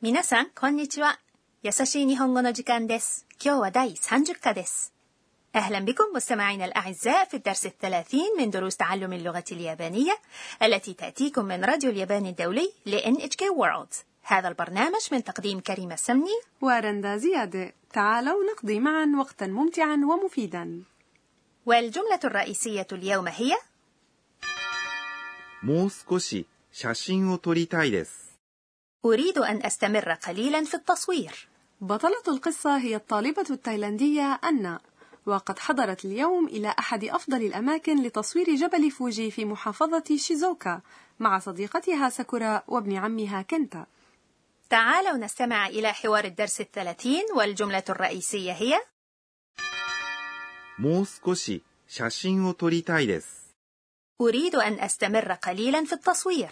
皆さん、こんにちは。優しい日本語の時間です。今日は第30課です。أهلا بكم مستمعينا الأعزاء في الدرس الثلاثين من دروس تعلم اللغة اليابانية التي تأتيكم من راديو اليابان الدولي ل NHK World هذا البرنامج من تقديم كريمة السمني ورندا زيادة تعالوا نقضي معا وقتا ممتعا ومفيدا والجملة الرئيسية اليوم هي もう少し写真を撮りたいです。 أريد أن أستمر قليلا في التصوير. بطلة القصة هي الطالبة التايلاندية أنا، وقد حضرت اليوم إلى أحد أفضل الأماكن لتصوير جبل فوجي في محافظة شيزوكا مع صديقتها ساكورا وابن عمها كنتا. تعالوا نستمع إلى حوار الدرس الثلاثين والجملة الرئيسية هي もう少し写真を撮りたいです。 أريد أن أستمر قليلا في التصوير.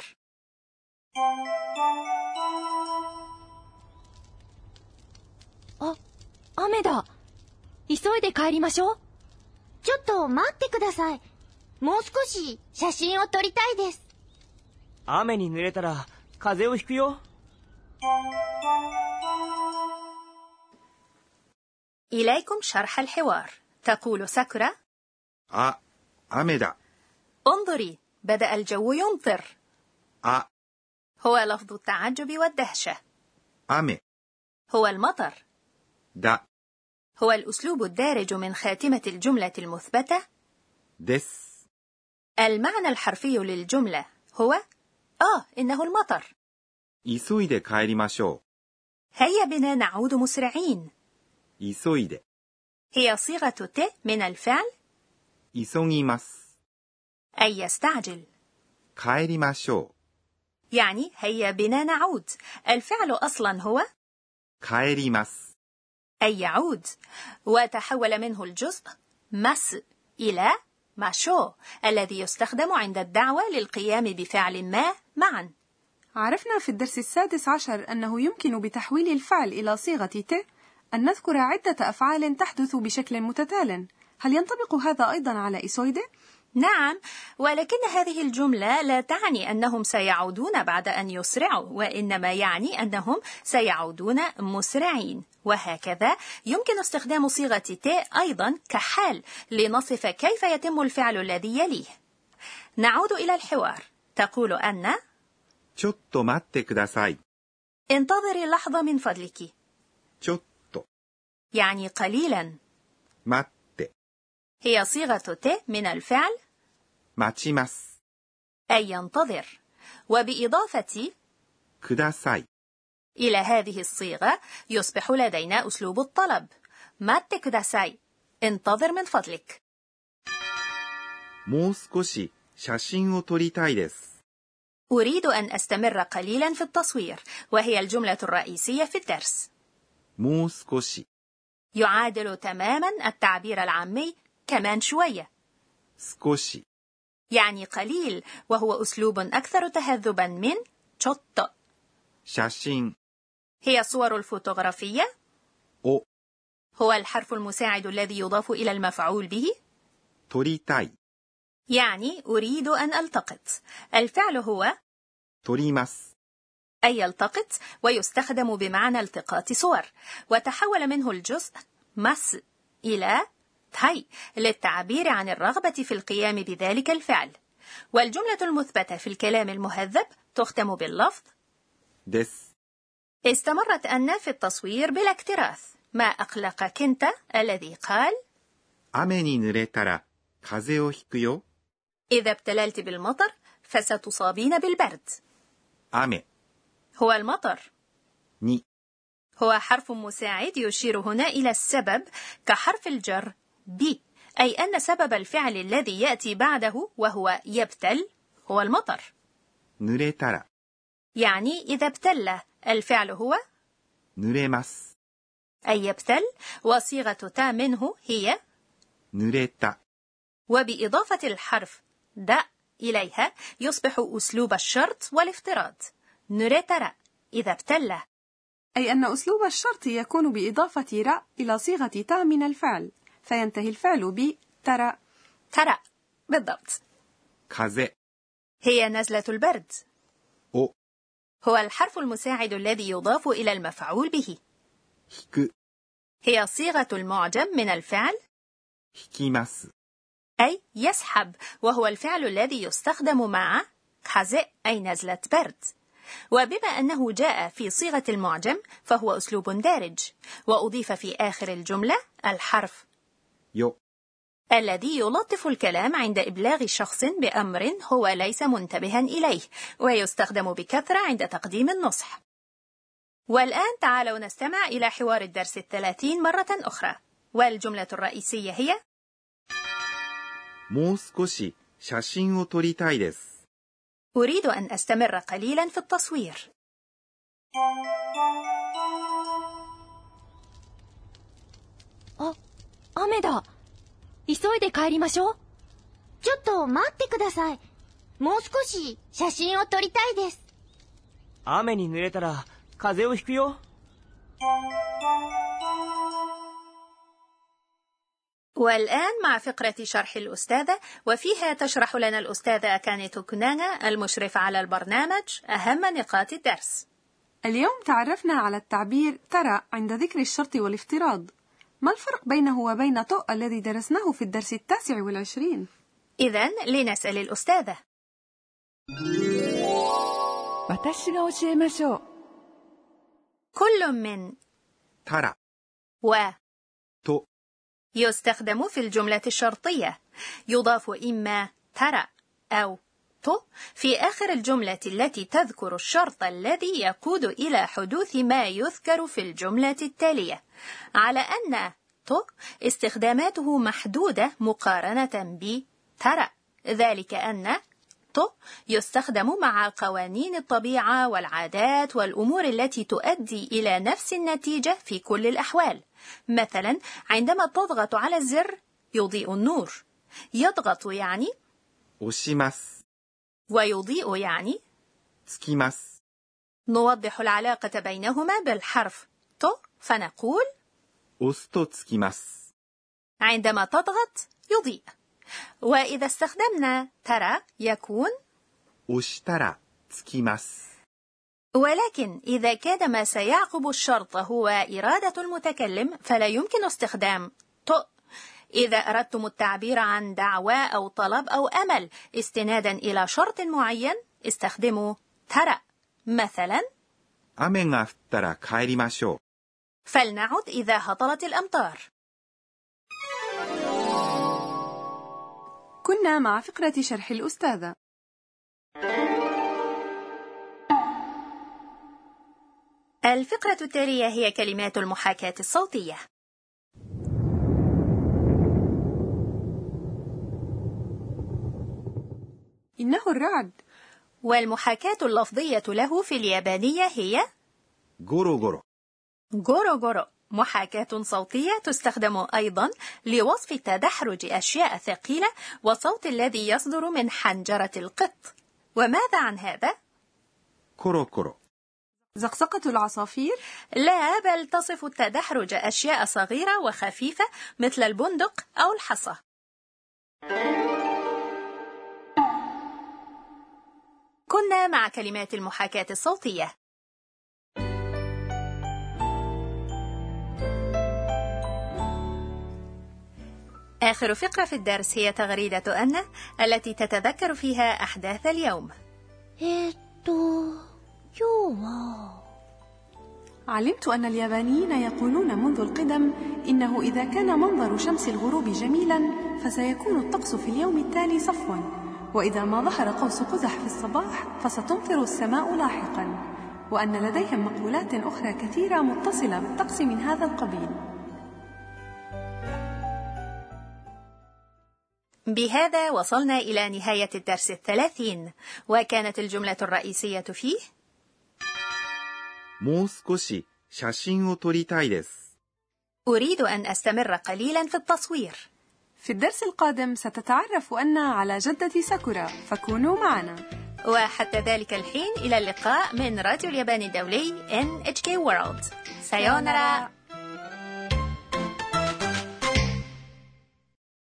أه، 雨だ。急いで帰りましょう。ちょっと待ってください。もう少し写真を撮りたいです。雨に濡れたら風邪をひくよ。 إليكم شرح الحوار. تقول ساكورا: أ، 雨だ。 انظري بدأ الجو يمطر أ هو لفظ التعجب والدهشة أمي هو المطر دا هو الأسلوب الدارج من خاتمة الجملة المثبتة دس المعنى الحرفي للجملة هو آه إنه المطر 急いで帰りましょう هيا بنا نعود مسرعين 急いで هي صيغة ت من الفعل 急ぎます أي يستعجل 帰りましょう يعني هيا بنا نعود الفعل أصلا هو 帰ります أي يعود وتحول منه الجزء مس إلى ماشو الذي يستخدم عند الدعوة للقيام بفعل ما معا عرفنا في الدرس السادس عشر أنه يمكن بتحويل الفعل إلى صيغة ت أن نذكر عدة أفعال تحدث بشكل متتال هل ينطبق هذا أيضا على إسويدة؟ نعم ولكن هذه الجمله لا تعني انهم سيعودون بعد ان يسرعوا وانما يعني انهم سيعودون مسرعين وهكذا يمكن استخدام صيغه ت ايضا كحال لنصف كيف يتم الفعل الذي يليه نعود الى الحوار تقول ان ちょっと待ってください انتظري لحظه من فضلك ちょっと يعني قليلا 待 هي صيغة ت من الفعل 待ちます أي ينتظر وبإضافة ください إلى هذه الصيغة يصبح لدينا أسلوب الطلب مات كداساي انتظر من فضلك もう少し写真を撮りたいです أريد أن أستمر قليلا في التصوير وهي الجملة الرئيسية في الدرس もう少し يعادل تماما التعبير العامي كمان شوية سكوشي يعني قليل وهو أسلوب أكثر تهذبا من تشوتو شاشين هي الصور الفوتوغرافية أو هو الحرف المساعد الذي يضاف إلى المفعول به توريتاي يعني أريد أن ألتقط الفعل هو توريماس أي يلتقط ويستخدم بمعنى التقاط صور وتحول منه الجزء مس إلى تاي للتعبير عن الرغبة في القيام بذلك الفعل والجملة المثبتة في الكلام المهذب تختم باللفظ دس استمرت أن في التصوير بلا اكتراث ما أقلق كنت الذي قال 雨に濡れたら風邪をひくよ إذا ابتللت بالمطر فستصابين بالبرد 雨 هو المطر に هو حرف مساعد يشير هنا إلى السبب كحرف الجر بي أي أن سبب الفعل الذي يأتي بعده وهو يبتل هو المطر 濡れたら يعني إذا ابتل الفعل هو 濡れます أي يبتل وصيغة تا منه هي 濡れた وبإضافة الحرف د إليها يصبح أسلوب الشرط والافتراض نريترا إذا ابتل أي أن أسلوب الشرط يكون بإضافة رأ إلى صيغة تا من الفعل فينتهي الفعل ب ترى ترى بالضبط كازي هي نزلة البرد أو هو الحرف المساعد الذي يضاف إلى المفعول به 引く、 هي صيغة المعجم من الفعل 引きます。 أي يسحب وهو الفعل الذي يستخدم مع كازي أي نزلة برد وبما أنه جاء في صيغة المعجم فهو أسلوب دارج وأضيف في آخر الجملة الحرف よ、 الذي يلطف الكلام عند إبلاغ شخص بأمر هو ليس منتبها إليه ويستخدم بكثرة عند تقديم النصح والآن تعالوا نستمع إلى حوار الدرس الثلاثين مرة أخرى والجملة الرئيسية هي もう少し写真を撮りたいです。 أريد أن أستمر قليلا في التصوير あ、雨だ。急いで帰りましょう。ちょっと待ってください。もう少し写真を撮りたいです。雨に濡れたら風邪をひくよ。 والآن مع فقرة شرح الأستاذة وفيها تشرح لنا الأستاذة أكاني توكنانا المشرفة على البرنامج أهم نقاط الدرس اليوم تعرفنا على التعبير ترى عند ذكر الشرط والافتراض ما الفرق بينه وبين تو الذي درسناه في الدرس التاسع والعشرين؟ إذا لنسأل الأستاذة 私が教えましょう كل من たら、 و と、 يستخدم في الجملة الشرطية يضاف إما ترى أو تو في آخر الجملة التي تذكر الشرط الذي يقود إلى حدوث ما يذكر في الجملة التالية على أن تو استخداماته محدودة مقارنة ب ترى ذلك أن تو يستخدم مع قوانين الطبيعة والعادات والأمور التي تؤدي إلى نفس النتيجة في كل الأحوال. مثلا عندما تضغط على الزر يضيء النور. يضغط يعني 押します。 ويضيء يعني つきます。 نوضح العلاقة بينهما بالحرف تو فنقول 押すとつきます。 عندما تضغط يضيء. وإذا استخدمنا ترى يكون 押したら、つきます。 ولكن إذا كان ما سيعقب الشرط هو إرادة المتكلم فلا يمكن استخدام تو إذا أردتم التعبير عن دعوى أو طلب أو أمل استنادا إلى شرط معين استخدموا ترى مثلا 雨が降ったら帰りましょ فلنعد إذا هطلت الأمطار كنا مع فقرة شرح الأستاذة الفقرة التالية هي كلمات المحاكاة الصوتية إنه الرعد والمحاكاة اللفظية له في اليابانية هي う。ゴロゴロ、 جورو جورو محاكاة صوتية تستخدم أيضا لوصف تدحرج أشياء ثقيلة وصوت الذي يصدر من حنجرة القط وماذا عن هذا؟ コロコロ、 زقزقة العصافير لا بل تصف التدحرج أشياء صغيرة وخفيفة مثل البندق أو الحصى كنا مع كلمات المحاكاة الصوتية آخر فقرة في الدرس هي تغريدة أن التي تتذكر فيها أحداث اليوم えーっと、今日は、 علمت أن اليابانيين يقولون منذ القدم إنه إذا كان منظر شمس الغروب جميلا فسيكون الطقس في اليوم التالي صفوا وإذا ما ظهر قوس قزح في الصباح فستمطر السماء لاحقا وأن لديهم مقولات أخرى كثيرة متصلة بالطقس من هذا القبيل بهذا وصلنا إلى نهاية الدرس الثلاثين وكانت الجملة الرئيسية فيه もう少し写真を撮りたいです。 أريد أن أستمر قليلا في التصوير في الدرس القادم ستتعرف أن على جدة ساكورا فكونوا معنا وحتى ذلك الحين إلى اللقاء من راديو اليابان الدولي NHK World سايونارا